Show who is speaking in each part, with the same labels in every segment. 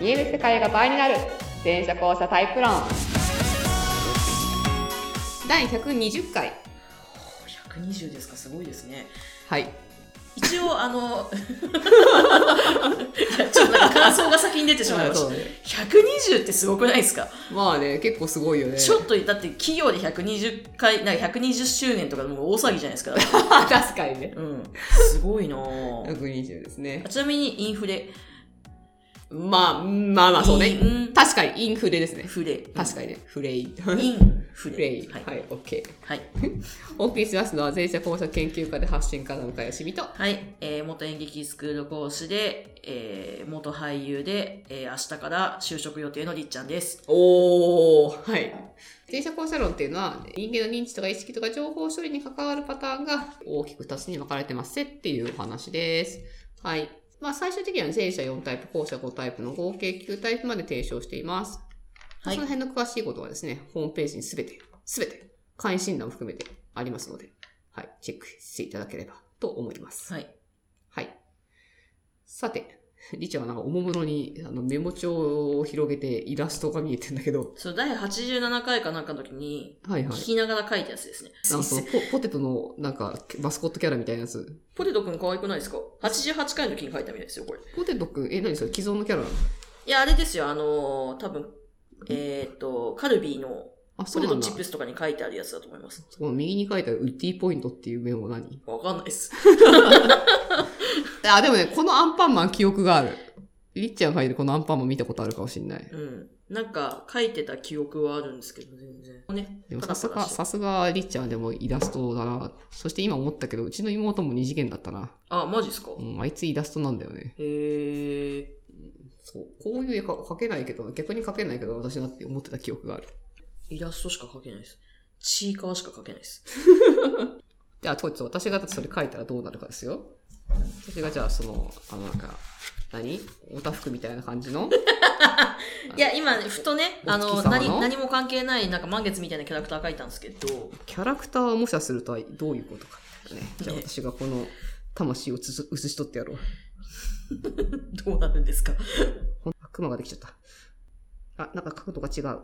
Speaker 1: 見える世界が倍になる全車交差タイプ論第120回
Speaker 2: 120ですかすごいですね
Speaker 1: はい
Speaker 2: 一応あのいやちょっとなんか感想が先に出てしまいました120ってすごくないですか、
Speaker 1: まあね結構すごいよね
Speaker 2: ちょっとだって企業で120回なんか120周年とかもう大騒ぎじゃないですか
Speaker 1: 確かにね
Speaker 2: うんすごいなぁ
Speaker 1: 120ですね
Speaker 2: ちなみにインフレ
Speaker 1: まあまあまあそう
Speaker 2: イ
Speaker 1: ね
Speaker 2: ン
Speaker 1: 確かにインフレですね
Speaker 2: フレ
Speaker 1: 確かにねフレイ
Speaker 2: インフ
Speaker 1: フ
Speaker 2: レ
Speaker 1: レイ
Speaker 2: は
Speaker 1: はいい、オッケー
Speaker 2: はい、
Speaker 1: お送りしますのは全社交差研究家で発信家の向井よしみと
Speaker 2: はいえー元演劇スクール講師で、えー元俳優で、えー明日から就職予定のりっちゃんです
Speaker 1: おー、はい。前者後者論っていうのは、人間の認知とか意識とか情報処理に関わるパターンが大きく2つに分かれてますっていうお話です。はい。まあ、最終的には前者4タイプ、後者5タイプの合計9タイプまで提唱しています。
Speaker 2: はい
Speaker 1: その辺の詳しいことはですね、ホームページにすべて、すべて、会員診断も含めてありますので、はい、チェックしていただければと思います。
Speaker 2: はい
Speaker 1: はい。さて、リチャはなんかおもむろにあのメモ帳を広げてイラストが見えてんだけど、
Speaker 2: そう第87回かなんかの時に
Speaker 1: はいはい
Speaker 2: 聞。きながら書いたやつですね、
Speaker 1: あそうポポテトのなんかマスコットキャラみたいなやつ。
Speaker 2: ポテトくん可愛くないですか ?88 回の時に書いたみたいですよ、これ。
Speaker 1: ポテトくん、え、何それ既存のキャラなの
Speaker 2: いや、あれですよ、あのー多分えっ、と、カルビーの
Speaker 1: あ、そ
Speaker 2: ポ
Speaker 1: うな
Speaker 2: テト
Speaker 1: んだ
Speaker 2: チッ。プスとかに書いてあるやつだと思います。
Speaker 1: そこの右に書いてあるウッディポイントっていうメモ何
Speaker 2: わかんないです。
Speaker 1: あ、でもね、このアンパンマン記憶がある。りっちゃんが書いてるこのアンパンマン見たことあるかもしんない。
Speaker 2: うん。なんか、書いてた記憶はあるんですけど、全然。ね。
Speaker 1: でもさす
Speaker 2: パラ
Speaker 1: が、
Speaker 2: パラして
Speaker 1: さすがりっちゃんでもイラストだな。そして今思ったけど、うちの妹も二次元だったな。
Speaker 2: あ、マジっすか、
Speaker 1: うん、あいつイラストなんだよね。
Speaker 2: へー。
Speaker 1: そう。こういう絵か描けないけど、逆に描けないけど私だって思ってた記憶がある。
Speaker 2: イラストしか書けないです。チーカーしか書けないです。
Speaker 1: じゃあ、当日私がだってそれ書いたらどうなるかですよ。私がじゃあ、その、あの、なんか、何おたふくみたいな感じ の
Speaker 2: いや、今、ふとね、あ
Speaker 1: お
Speaker 2: の、
Speaker 1: 月様
Speaker 2: 何
Speaker 1: の
Speaker 2: 何も関係ない、なんか満月みたいなキャラクター書いたんですけど、
Speaker 1: キャラクターを模写するとはどういうことかみたいなね。じゃあ
Speaker 2: ね
Speaker 1: 私がこの魂を写す写し取ってやろう。
Speaker 2: どうなるんですか
Speaker 1: ほん雲ができちゃった。あ、なんか角度が違う。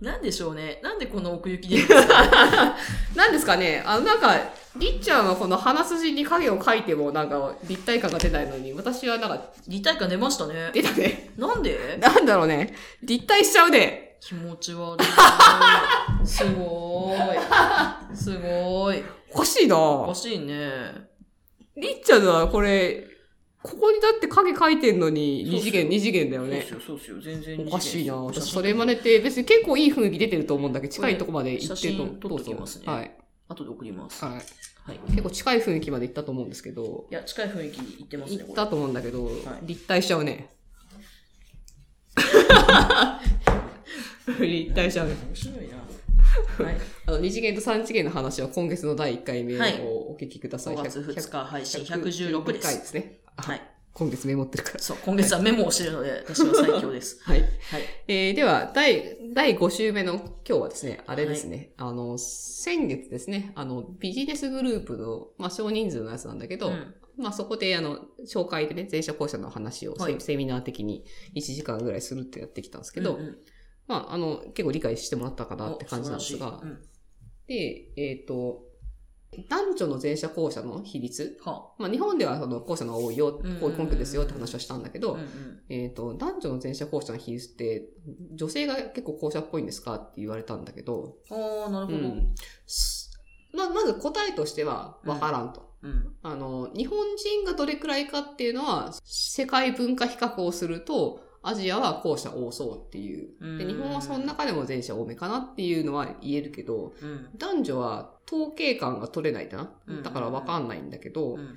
Speaker 2: なんでしょうね。なんでこの奥行きでいいんですか
Speaker 1: なんですかねあの、なんか、りっちゃんはこの鼻筋に影を描いてもなんか立体感が出ないのに、私はなんか
Speaker 2: 立体感出ましたね。
Speaker 1: 出たね。
Speaker 2: なん で
Speaker 1: なんだろう ね。立体しちゃうね。
Speaker 2: 気持ち悪 い。すごーい。すごーい。
Speaker 1: おかしいな
Speaker 2: おかしいね。
Speaker 1: りっちゃんはこれ、ここにだって影描いてんのに、
Speaker 2: そう
Speaker 1: 二
Speaker 2: っす
Speaker 1: 次
Speaker 2: よ
Speaker 1: 元、二次元だよね。
Speaker 2: そうっすよ、そうっすよ。全然
Speaker 1: おかしいな
Speaker 2: 写
Speaker 1: 私
Speaker 2: 真
Speaker 1: それ真似て、別に結構いい雰囲気出てると思うんだけど、近いとこまで行ってる
Speaker 2: これ写
Speaker 1: と
Speaker 2: 真撮っときますね
Speaker 1: どうぞはい。
Speaker 2: 後で送ります。
Speaker 1: はい。
Speaker 2: はい。い
Speaker 1: 結構近い雰囲気まで行ったと思うんですけど、
Speaker 2: や、近い雰囲気いってますね、
Speaker 1: 行っ
Speaker 2: これ。
Speaker 1: たと思うんだけど、
Speaker 2: い
Speaker 1: 立体しちゃうね。立体しちゃうね。
Speaker 2: 面白いな。 はい。
Speaker 1: あの、二次元と三次元の話は今月の第一回目
Speaker 2: はい
Speaker 1: をお聞きください。
Speaker 2: 5月2日配信116で
Speaker 1: 回
Speaker 2: す。
Speaker 1: ですね。あ
Speaker 2: はい。
Speaker 1: 今月メモってるから。
Speaker 2: そう、今月はメモをしてるので、私は最強です。
Speaker 1: はい。
Speaker 2: はい。
Speaker 1: えーでは、第、第5週目の今日はですね、あれですね、あの、先月ですね、あの、ビジネスグループの、まあ、少人数のやつなんだけど、
Speaker 2: うん
Speaker 1: まあ、そこで、あの、紹介でね、前者後者の話をセ,、
Speaker 2: はい
Speaker 1: セミナー的に1時間ぐらいするってやってきたんですけど、
Speaker 2: うんうん
Speaker 1: まあ、あの、結構理解してもらったかなって感じなんです
Speaker 2: お
Speaker 1: が
Speaker 2: 素晴らしい、うん
Speaker 1: で、えっ、と、男女の前者後者の比率、
Speaker 2: は
Speaker 1: まあ、日本ではその後者の方が多いよ、
Speaker 2: うん
Speaker 1: こういう根拠ですよって話はしたんだけど、
Speaker 2: あうんうん
Speaker 1: えっ、と、男女の前者後者の比率って、女性が結構後者っぽいんですかって言われたんだけど、
Speaker 2: あー、なる
Speaker 1: う
Speaker 2: ほど。
Speaker 1: ん。すま、まず答えとしては、わからんと。
Speaker 2: うん。
Speaker 1: あの、日本人がどれくらいかっていうのは、世界文化比較をすると、アジアは後者多そうっていう。で、
Speaker 2: うん
Speaker 1: 日本はその中でも前者多めかなっていうのは言えるけど、
Speaker 2: うん。
Speaker 1: 男女は統計感が取れないんだな
Speaker 2: うん。
Speaker 1: だからわかんないんだけど、
Speaker 2: う
Speaker 1: だか
Speaker 2: ん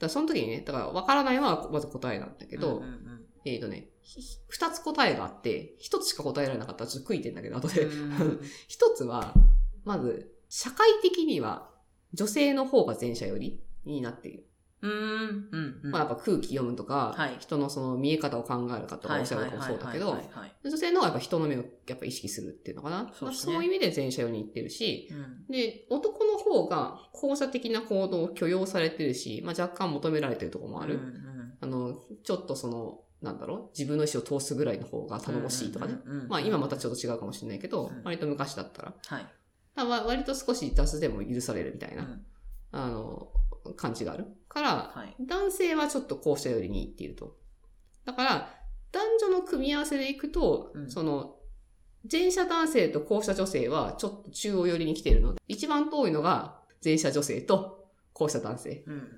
Speaker 1: らその時にね、だからわからないのはまず答えなんだけど、
Speaker 2: うんうん
Speaker 1: えーとね、ひひ二つ答えがあって、一つしか答えられなかったらちょっと悔いてんだけど、後
Speaker 2: う
Speaker 1: で。
Speaker 2: ん
Speaker 1: 一つは、まず、社会的には女性の方が前者よりになっている。
Speaker 2: うんうんうん。
Speaker 1: まあやっぱ空気読むとか、
Speaker 2: はい
Speaker 1: 人のその見え方を考えるかとか、
Speaker 2: はい
Speaker 1: おしゃ
Speaker 2: は
Speaker 1: べ
Speaker 2: い
Speaker 1: り
Speaker 2: はい
Speaker 1: とかも
Speaker 2: はい
Speaker 1: そうだけど
Speaker 2: はい、はい
Speaker 1: 女性の方がやっぱ人の目をやっぱ意識するっていうのかな。
Speaker 2: そうです
Speaker 1: そ
Speaker 2: ね
Speaker 1: ういう意味で前者よりに行ってるし、
Speaker 2: うん
Speaker 1: で、男の方が後者的な行動を許容されてるし、まあ若干求められてるところもある。
Speaker 2: うんうん
Speaker 1: あの、ちょっとその、なんだろう、自分の意思を通すぐらいの方が頼もしいとかね。
Speaker 2: うんうんうんうん
Speaker 1: まあ今またちょっと違うかもしれないけど、
Speaker 2: うん
Speaker 1: 割と昔だったら。
Speaker 2: はい。
Speaker 1: だから割と少し雑でも許されるみたいうな、
Speaker 2: ん
Speaker 1: あの、感じがある。から、
Speaker 2: はい。
Speaker 1: 男性はちょっとこうしたよりにっていうと。だから、男女の組み合わせでいくと、
Speaker 2: うん
Speaker 1: その、前者男性と後者女性はちょっと中央寄りに来ているので、一番遠いのが前者女性と後者男性。
Speaker 2: うん。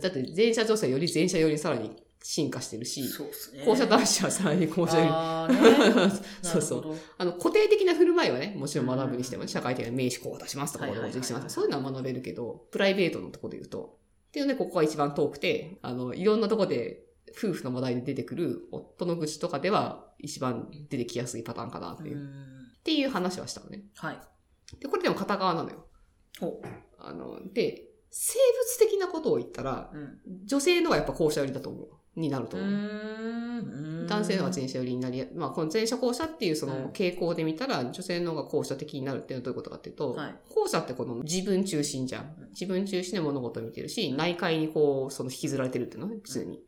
Speaker 1: だって前者女性より前者よりさらに進化してるし、
Speaker 2: そうですね。
Speaker 1: 後者男子はさらに後者より。
Speaker 2: あ ーね
Speaker 1: そうそう
Speaker 2: なるほど
Speaker 1: あの、固定的な振る舞いはね、もちろん学ぶにしてもね、社会的な名詞こう出しますとか、
Speaker 2: はい
Speaker 1: こ
Speaker 2: は
Speaker 1: う
Speaker 2: いはいはい
Speaker 1: 出しますとか、そういうのは学べるけど、プライベートのところで言うと。っていうので、ここが一番遠くて、あの、いろんなところで、夫婦の話題で出てくる夫の愚痴とかでは、一番出てきやすいパターンかなっていう、
Speaker 2: う
Speaker 1: っ
Speaker 2: ん
Speaker 1: ていう話はしたのね。
Speaker 2: はい。
Speaker 1: で、これでも片側なのよ。
Speaker 2: ほ
Speaker 1: あの、で、生物的なことを言ったら、
Speaker 2: う。うん。
Speaker 1: 女性のがやっぱ後者寄りだと思う。になると
Speaker 2: う
Speaker 1: 思う。
Speaker 2: ーん
Speaker 1: 男性の方が前者寄りになり、まあ、この前者後者っていうその傾向で見たら、女性の方が後者的になるっていうのはどういうことかっていうと、
Speaker 2: はい
Speaker 1: 後者ってこの自分中心じゃ
Speaker 2: うん
Speaker 1: ん。自分中心で物事を見てるし、内界にこう、その引きずられてるっていうのね、普通に。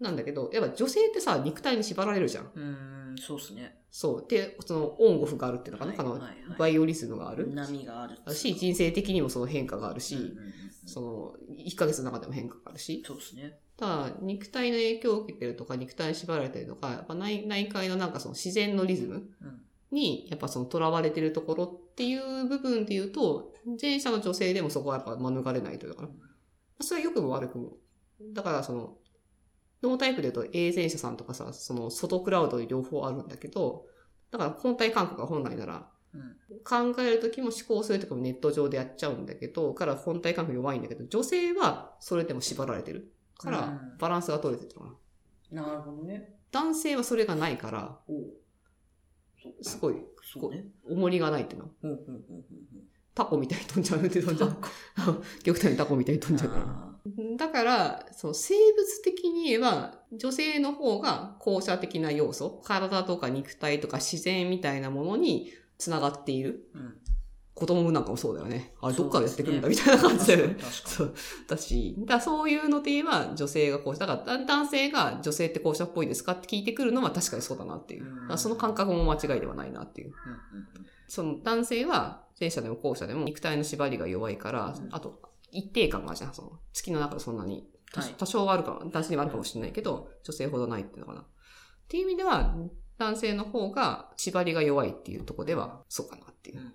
Speaker 1: なんだけど、やっぱ女性ってさ、肉体に縛られるじゃん。
Speaker 2: うーん、そうですね。
Speaker 1: そう。で、そのオンオフがあるっていうのかな、
Speaker 2: はい
Speaker 1: この
Speaker 2: はいはい
Speaker 1: バイオリズムがある。
Speaker 2: 波がある。
Speaker 1: だし、人生的にもその変化があるし、
Speaker 2: うんうんうんうん
Speaker 1: その、1ヶ月の中でも変化があるし、
Speaker 2: そうですね。
Speaker 1: ただ、肉体の影響を受けてるとか、肉体に縛られてるとか、やっぱ内内界のなんかその自然のリズム
Speaker 2: うん。
Speaker 1: に、やっぱその囚われてるところっていう部分で言うと、前者の女性でもそこはやっぱ免れないというか、それは良くも悪くも。だからその、ノータイプで言うと A 前者さんとかさ、その外クラウドに両方あるんだけど、だから本体感覚が本来なら、
Speaker 2: うん
Speaker 1: 考えるときも思考するときもネット上でやっちゃうんだけど、から本体感覚弱いんだけど、女性はそれでも縛られてる。か
Speaker 2: う
Speaker 1: ら
Speaker 2: ん、
Speaker 1: バランスが取れてるのかな。
Speaker 2: なるほどね。
Speaker 1: 男性はそれがないから、
Speaker 2: おう
Speaker 1: すごい、
Speaker 2: そうね。
Speaker 1: 重りがないっていうの。
Speaker 2: ほうほうほうほうほう
Speaker 1: タコみたいに飛んじゃうって飛んじゃう。 極端にタコみたいに飛んじゃうから。
Speaker 2: あ
Speaker 1: だから、その生物的に言えば、女性の方が後者的な要素、体とか肉体とか自然みたいなものに繋がっている。
Speaker 2: ーうん
Speaker 1: 子供なんかもそうだよね。あれどっからやってくるんだ
Speaker 2: そう
Speaker 1: みたいな感じだよ
Speaker 2: 確
Speaker 1: ね。
Speaker 2: かに確か
Speaker 1: そう。だし、だからそういうので言えば、女性が後者。だから、だ男性が女性って後者っぽいですかって聞いてくるのは確かにそうだなっていう。
Speaker 2: うん
Speaker 1: だからその感覚も間違いではないなっていう。
Speaker 2: にうんうんうん
Speaker 1: その男性は、前者でも後者でも肉体の縛りが弱いから、
Speaker 2: うん
Speaker 1: あと、一定感があるじゃん。その月の中でそんなに。多
Speaker 2: はい
Speaker 1: 多少はあるかも、男性にはあるかもしれないけど、女性ほどないっていうのかな。っていう意味では、男性の方が縛りが弱いっていうとこでは、そうかなっていう
Speaker 2: うん。
Speaker 1: だ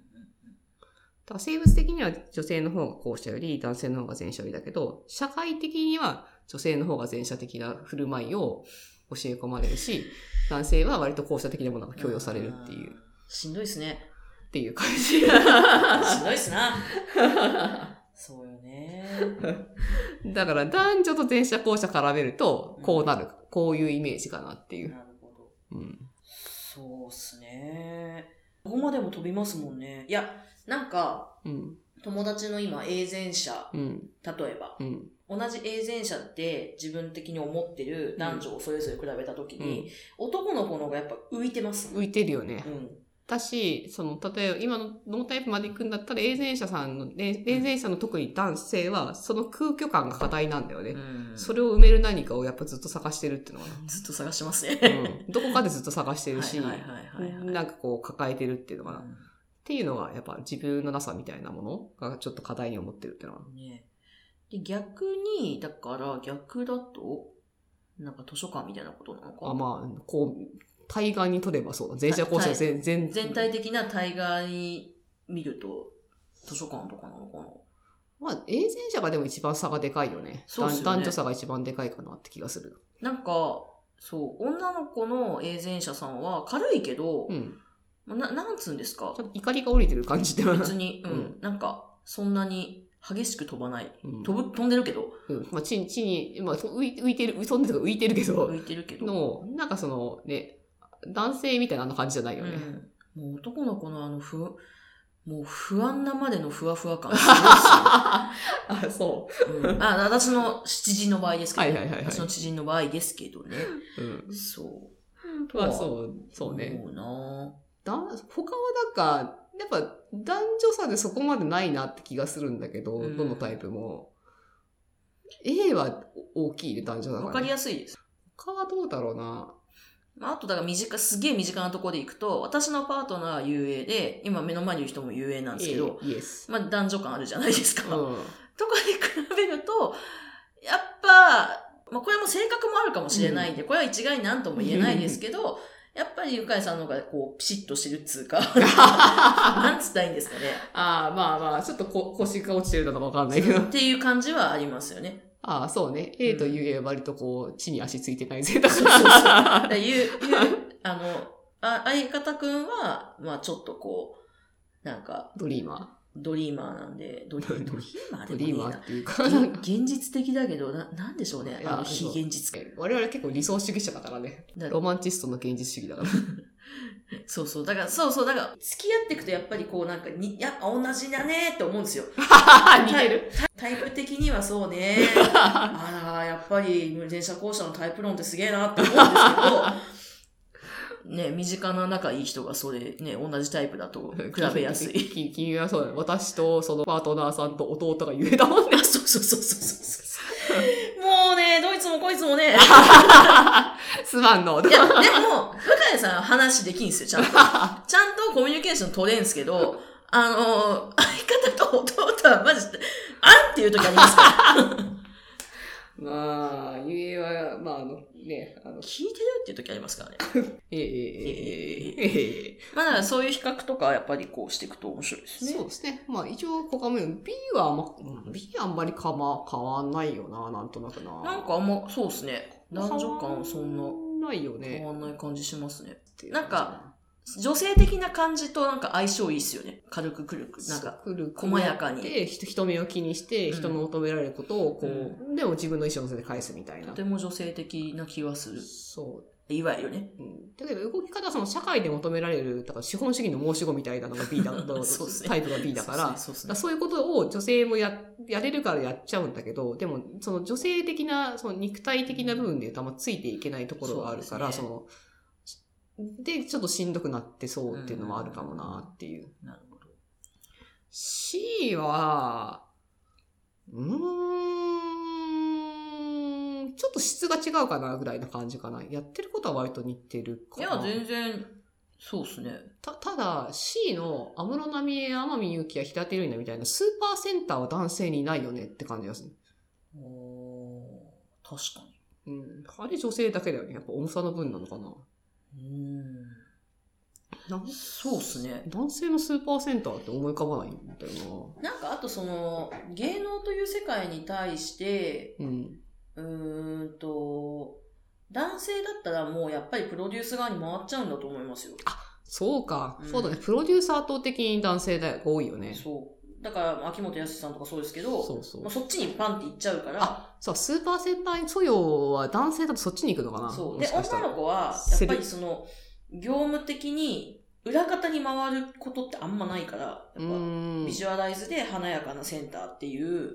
Speaker 1: から生物的には女性の方が後者より男性の方が前者よりだけど、社会的には女性の方が前者的な振る舞いを教え込まれるし、男性は割と後者的なものが強要されるっていう、っ
Speaker 2: ん。しんどいっ すね。
Speaker 1: ていう感じ。
Speaker 2: しんどいっすな。そうよね。
Speaker 1: だから男女と前者後者絡めると、こうなる、こういうイメージかなってい
Speaker 2: な
Speaker 1: う。
Speaker 2: るほど。
Speaker 1: うん。
Speaker 2: そうっすね。ここまでも飛びますもんね。いや、なんか、
Speaker 1: うん。
Speaker 2: 友達の今、永前者、
Speaker 1: うん。
Speaker 2: 例えば、
Speaker 1: うん。
Speaker 2: 同じ永前者って自分的に思ってる男女をそれぞれ比べたときに、男の子の方がやっぱ浮いてます。
Speaker 1: 浮いてるよね
Speaker 2: う。ん。
Speaker 1: だし、その、例えば今のノータイプまで行くんだったら、永前者さんの、永前者の特に男性は、その空虚感が課題なんだよね。そ
Speaker 2: れ
Speaker 1: れを埋める何かをやっぱずっと探してるっていうのは、
Speaker 2: ずっと探してますね。
Speaker 1: うん、どこかでずっと探してるし、
Speaker 2: はいはいはいはいはい
Speaker 1: なんかこう抱えてるっていうのかな。っ
Speaker 2: う
Speaker 1: ていうのが、やっぱ自分のなさみたいなものがちょっと課題に思ってるっていうのは。
Speaker 2: んねで逆に、だから逆だと、なんか図書館みたいなことなのか。
Speaker 1: あまあ、こう、対岸に取ればそうだ。前者後者
Speaker 2: はい
Speaker 1: 全全
Speaker 2: 全体的な対側に見ると、図書館とかなのかな。
Speaker 1: まあ、永前者がでも一番差がでかいよね。
Speaker 2: そうっすよね
Speaker 1: 男男女差が一番でかいかなって気がする。
Speaker 2: なんか、そう、女の子の永前者さんは軽いけど、
Speaker 1: うん。
Speaker 2: まあななんつうんですか
Speaker 1: ちょっと怒りが降りてる感じでは。
Speaker 2: 別に、うん、
Speaker 1: うん
Speaker 2: なんか、そんなに激しく飛ばない。
Speaker 1: うん
Speaker 2: 飛ぶ、飛んでるけど、
Speaker 1: うんまあ、地地に、まあ、浮い浮いてる、飛んでるとか浮いてるけど
Speaker 2: 浮、いてるけど。
Speaker 1: の、なんかその、ね、男性みたいなあんな感じじゃないよね。
Speaker 2: うん、もう男の子のあの不、もう不安なまでのふわふわ感すごいっ
Speaker 1: あ、そ
Speaker 2: すよ、う んあ、私の知人の場合ですけど、
Speaker 1: はいはいはいはい
Speaker 2: 私の知人の場合ですけどね。
Speaker 1: う。うん。
Speaker 2: そう。
Speaker 1: まあ、そう、そうね。
Speaker 2: 思うな
Speaker 1: だ他はなんか、やっぱ男女差でそこまでないなって気がするんだけど、
Speaker 2: うん
Speaker 1: どのタイプも。A は大きいね、男女
Speaker 2: ぁ
Speaker 1: だ
Speaker 2: わ
Speaker 1: か、
Speaker 2: からり
Speaker 1: ね。
Speaker 2: やすいです。
Speaker 1: 他はどうだろうな。
Speaker 2: まあ、あとだから身近、すげえ身近なところで行くと、私のパートナーは UA で、今目の前にいる人も UA なんですけど、
Speaker 1: イエス。
Speaker 2: まあ男女間あるじゃないですか。
Speaker 1: うん。
Speaker 2: とかで比べると、やっぱ、まあこれも性格もあるかもしれないんで、これは一概に何とも言えないですけど、やっぱりゆかいさんの方がこう、ピシッとしてるっつ うか、なんつったらいいんですかね。
Speaker 1: ああ、まあまあ、ちょっとこ腰が落ちてるのかわかんないけど。
Speaker 2: っていう感じはありますよね。
Speaker 1: ああ、そうね。A と U は割とこう、地に足ついてないぜ。
Speaker 2: そうそうそう。だゆゆあのあ、相方くんは、まあちょっとこう、なんか、
Speaker 1: ドリーマ
Speaker 2: ドリーマーなんで、ドリドリーマー
Speaker 1: ー。ドリ
Speaker 2: でもねえ
Speaker 1: ー
Speaker 2: な
Speaker 1: マーっていうか、
Speaker 2: げ
Speaker 1: なんか
Speaker 2: 現実的だけど、ななんでしょうね
Speaker 1: い。や
Speaker 2: あの非
Speaker 1: そう
Speaker 2: 現実感
Speaker 1: 我々結構理想主義者だからね。
Speaker 2: だ
Speaker 1: ロマンチストの現実主義だから。
Speaker 2: そうそう。だから、そうそう。だから、付き合っていくと、やっぱりこう、なんかに、やっぱ同じだねって思うんですよ。
Speaker 1: 似てる。
Speaker 2: タイプ的にはそうね。あら、やっぱり、無電車校舎のタイプ論ってすげえなって思うんですけど、ね、身近な仲いい人がそれ、ね、同じタイプだと比べやす い。
Speaker 1: き。君はそうだね。私とそのパートナーさんと弟が言えたも んね。
Speaker 2: あそうそうそうそうそうそう。もうね、どいつもこいつもね。
Speaker 1: すまんの。
Speaker 2: いや、でも、向井さんは話できんすよ、ちゃん と。ちゃんとコミュニケーション取れんすけど、あのー相方と弟はマジで、あんっていう時ありますから。
Speaker 1: まあ、ゆえは、まあ、あの、ね、あの、
Speaker 2: 聞いてるっていう時ありますからね。
Speaker 1: ええええええ
Speaker 2: まあだからそういう比較とか、やっぱりこうしていくと面白いですね。
Speaker 1: そうですね。まあ、一応、ここは B はあんま、うん B はあんまりかま変わんないよな、なんとなくな。
Speaker 2: なんかあんま、そうですね。男女間はそんな
Speaker 1: 変わないよね。
Speaker 2: 変わんない感じしますね。
Speaker 1: っていう
Speaker 2: なんか、女性的な感じとなんか相性いいっすよね。軽くくるく、なんか。
Speaker 1: くるくる
Speaker 2: 細やかに
Speaker 1: で、人人目を気にして、
Speaker 2: うん
Speaker 1: 人の求められることを、こう、
Speaker 2: う
Speaker 1: でも自分の意思を乗せて返すみたい
Speaker 2: と
Speaker 1: な。
Speaker 2: ても女性的な気はする。
Speaker 1: そう。
Speaker 2: いわゆるね。
Speaker 1: うんだけど動き方はその社会で求められる、だから資本主義の申し子みたいなのが B だ
Speaker 2: そうっすね
Speaker 1: タイプが B だから、だか
Speaker 2: そうっすね
Speaker 1: らそういうことを女性もや、やれるからやっちゃうんだけど、でも、その女性的な、その肉体的な部分で言うとあんまついていけないところがあるから、そ,、
Speaker 2: そ
Speaker 1: の、で、ちょっとしんどくなってそうっていうのはあるかもなっていう。
Speaker 2: なるほど。
Speaker 1: C は、うーん、ちょっと質が違うかなぐらいな感じかな。やってることは割と似てるか
Speaker 2: い
Speaker 1: な。
Speaker 2: や、全然、そうっすね。
Speaker 1: た、ただ C の安室奈美恵、天海祐希や平手友梨奈みたいなスーパーセンターは男性にいないよねって感じがする。
Speaker 2: おー確か
Speaker 1: うん。あれ女性だけだよね。やっぱ重さの分なのかな。
Speaker 2: に。
Speaker 1: なん
Speaker 2: うん。そうっすね。
Speaker 1: 男性のスーパーセンターって思い浮かばないんだよ
Speaker 2: なんかあとその、芸能という世界に対して、
Speaker 1: な。うん。
Speaker 2: うーんと、男性だったらもうやっぱりプロデュース側に回っちゃうんだと思いますよ。
Speaker 1: そうか。
Speaker 2: うん
Speaker 1: そうだね。プロデューサー圧倒的に男性だよ多いよね。
Speaker 2: そう。だから、秋元康さんとかそうですけど、
Speaker 1: そうそう
Speaker 2: まあ、そっちにパンって行っちゃうから、
Speaker 1: そう、スーパーセンター素養は男性だとそっちに行くのかな
Speaker 2: そう。
Speaker 1: も
Speaker 2: で、
Speaker 1: しかした
Speaker 2: 女
Speaker 1: ら
Speaker 2: の子は、やっぱりその、業務的に裏方に回ることってあんまないから、やっぱ、
Speaker 1: うーん
Speaker 2: ビジュアライズで華やかなセンターっていう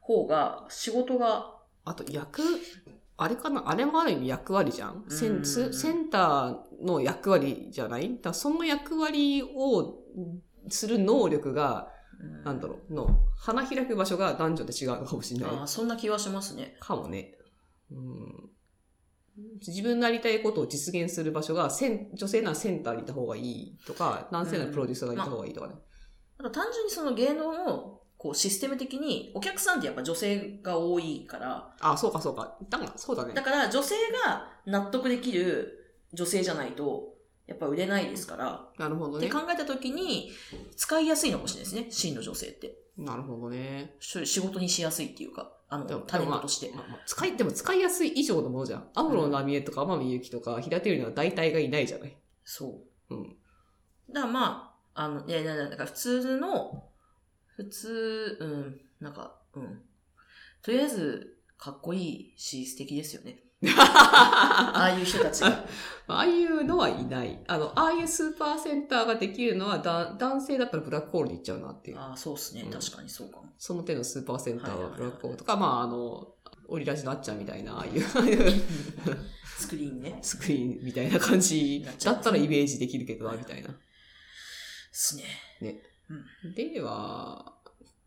Speaker 2: 方が、仕事が、
Speaker 1: あと役、あれかなあれもある意味役割じゃんセ
Speaker 2: うん
Speaker 1: ンスセンターの役割じゃないだからその役割をする能力が、なんだろう、の、花開く場所が男女で違うのかもしれない
Speaker 2: あ。ーそんな気はしますね。
Speaker 1: かもね。うん自分のやりたいことを実現する場所がセン、女性ならセンターにいた方がいいとか、男性ならプロデューサーがいた方がいいとかね。
Speaker 2: あと単純にその芸能のこうシステム的にお客さんってやっぱ女性が多いから、
Speaker 1: あ、そうかそうか。だから、そうだね
Speaker 2: だ。から女性が納得できる女性じゃないと、やっぱ売れないですから、
Speaker 1: なるほど
Speaker 2: って
Speaker 1: ね
Speaker 2: 考。えた時に使いやすいのかもしれないですね、真の女性って。
Speaker 1: なるほどね。
Speaker 2: し仕事にしやすいっていうか、あの、
Speaker 1: でも
Speaker 2: タレントとして。
Speaker 1: まあまあ使い、でも使いやすい以上のものじゃん。アムロナミエとか天海祐希とか平手友梨は大体がいないじ ゃない。
Speaker 2: そう。
Speaker 1: うん
Speaker 2: だからまあ、あの、いやいやいや、だから普通の、普通、うん、なんか、うん。とりあえず、かっこいいし、素敵ですよね。あ
Speaker 1: あ
Speaker 2: あいう人たちが。
Speaker 1: あいうのはいない。あの、ああいうスーパーセンターができるのはだ男性だったらブラックホールに行っちゃうなっていう。
Speaker 2: ああ、そうですね
Speaker 1: う。ん
Speaker 2: 確かにそうかも。
Speaker 1: その手のスーパーセンターはブラックホールとか、まああの、オリラジのあっちゃんみたいな、ああいう、ああいう
Speaker 2: スクリーンね。
Speaker 1: スクリーンみたいな感じだったらイメージできるけどな、みたいな。
Speaker 2: すね。
Speaker 1: では、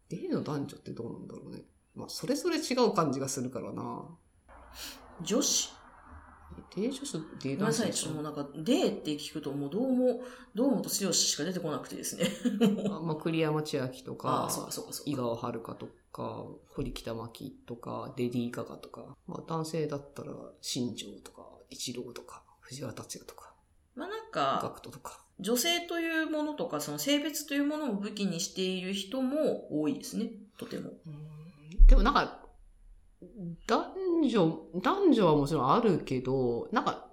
Speaker 1: での男女ってどうなんだろうね。まあ、それぞれ違う感じがするからな。
Speaker 2: 女子
Speaker 1: 定住所っていう
Speaker 2: ごめんなさい、ちょっともうなんか、でって聞くと、もうどうも、どうもと剛しか出てこなくてですね。
Speaker 1: あまあ、栗山千明と
Speaker 2: あ
Speaker 1: か
Speaker 2: あ、、そうかそうかそうか。
Speaker 1: 井川遥とか、堀北真希とか、レディー・ガガとか、まあ、男性だったら、新庄とか、一郎とか、藤原達也とか、
Speaker 2: まあなんか、
Speaker 1: ガクトとか。
Speaker 2: 女性というものとか、その性別というものを武器にしている人も多いですね。とても。
Speaker 1: でもなんか、男女、男女はもちろんあるけど、なんか、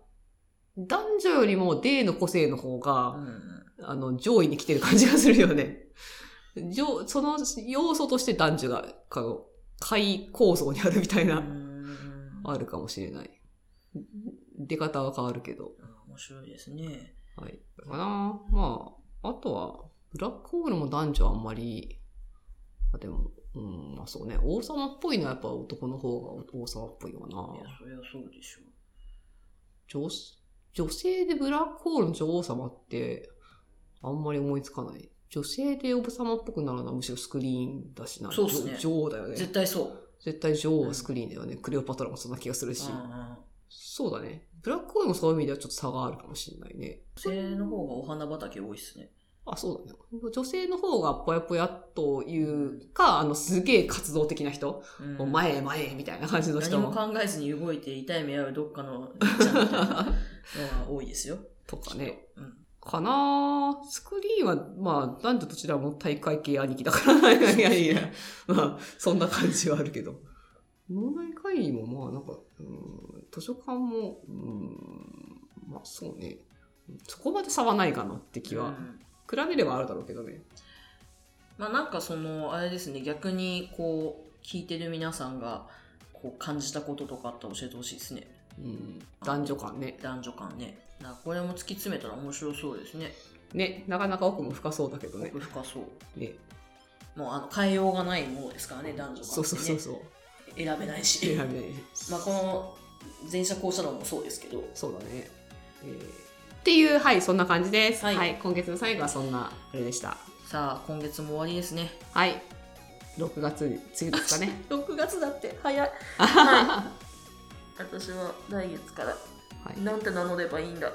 Speaker 1: 男女よりも D の個性の方
Speaker 2: う
Speaker 1: が、
Speaker 2: ん。
Speaker 1: あの、上位に来てる感じがするよね。上、その要素として男女が、かの、解構想にあるみたいな。
Speaker 2: うん
Speaker 1: あるかもしれない。出方は変わるけど。
Speaker 2: 面白いですね。
Speaker 1: はい。かなまあ、あとは、ブラックホールも男女あんまり、あ、でも、うん、まあそうね、王様っぽいのはやっぱ男の方が王様っぽいよない
Speaker 2: や、。そりゃそうでしょう。
Speaker 1: 女、女性でブラックホールの女王様って、あんまり思いつかない。女性で王様っぽくなるのはむしろスクリーンだしな。
Speaker 2: そうっすね
Speaker 1: 女女王だよね。
Speaker 2: 絶対そう。
Speaker 1: 絶対女王はスクリーンだよね。クレオパトラもそんな気がするし。
Speaker 2: うん
Speaker 1: そうだね。ブラックホールもそういう意味ではちょっと差があるかもしれないね。
Speaker 2: 女性の方がお花畑多いですね。
Speaker 1: あ、そうだね。女性の方がぽやぽやというか、あの、すげえ活動的な人、
Speaker 2: うん
Speaker 1: もう前へ前へみたいな感じの人
Speaker 2: 何も
Speaker 1: も、
Speaker 2: 考えずに動いて痛い目合うどっかのじいちゃんみたいなのが多いですよ。
Speaker 1: とかね。
Speaker 2: うん。
Speaker 1: かなぁスクリーンは、まあ、男女どちらも大会系兄貴だから、いやいやいや、まあ、そんな感じはあるけど。問題会議も、まあ、なんか、うん、図書館も、うん、まあ、そうね。そこまで差はないかなって気
Speaker 2: う
Speaker 1: は。
Speaker 2: ん
Speaker 1: 比べればあるだろうけどね。
Speaker 2: まあなんかその、あれですね、逆にこう、聞いてる皆さんが、こう感じたこととかあったら教えてほしいですね。
Speaker 1: うん、男女間ね。
Speaker 2: 男女間ね。なんかこれも突き詰めたら面白そうですね。
Speaker 1: ね、なかなか奥も深そうだけどね
Speaker 2: 奥。深そう。
Speaker 1: ね
Speaker 2: もうあの変えようがないものですからね、男女間って、ね。
Speaker 1: そうそうそうそう。
Speaker 2: 選べない
Speaker 1: い
Speaker 2: し
Speaker 1: や。ね、
Speaker 2: まあこの前者後者論もそうですけど。
Speaker 1: そうだね。えーっていう、はい、そんな感じです、は。
Speaker 2: はいい
Speaker 1: 今月の最後はそんな、あれでした。
Speaker 2: さあ、今月も終わりですね。
Speaker 1: はい。6月、梅雨ですかね。
Speaker 2: 6月だって早い。はい、私は来月から
Speaker 1: はい
Speaker 2: なんて名乗ればいいんだ。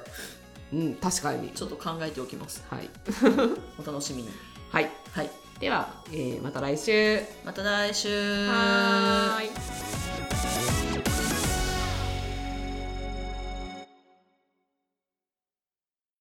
Speaker 1: うん、確かに。
Speaker 2: ちょっと考えておきます。
Speaker 1: はい。
Speaker 2: お楽しみに。
Speaker 1: はい。
Speaker 2: はい。
Speaker 1: では、えーまた来週。
Speaker 2: また来週。
Speaker 1: はーい。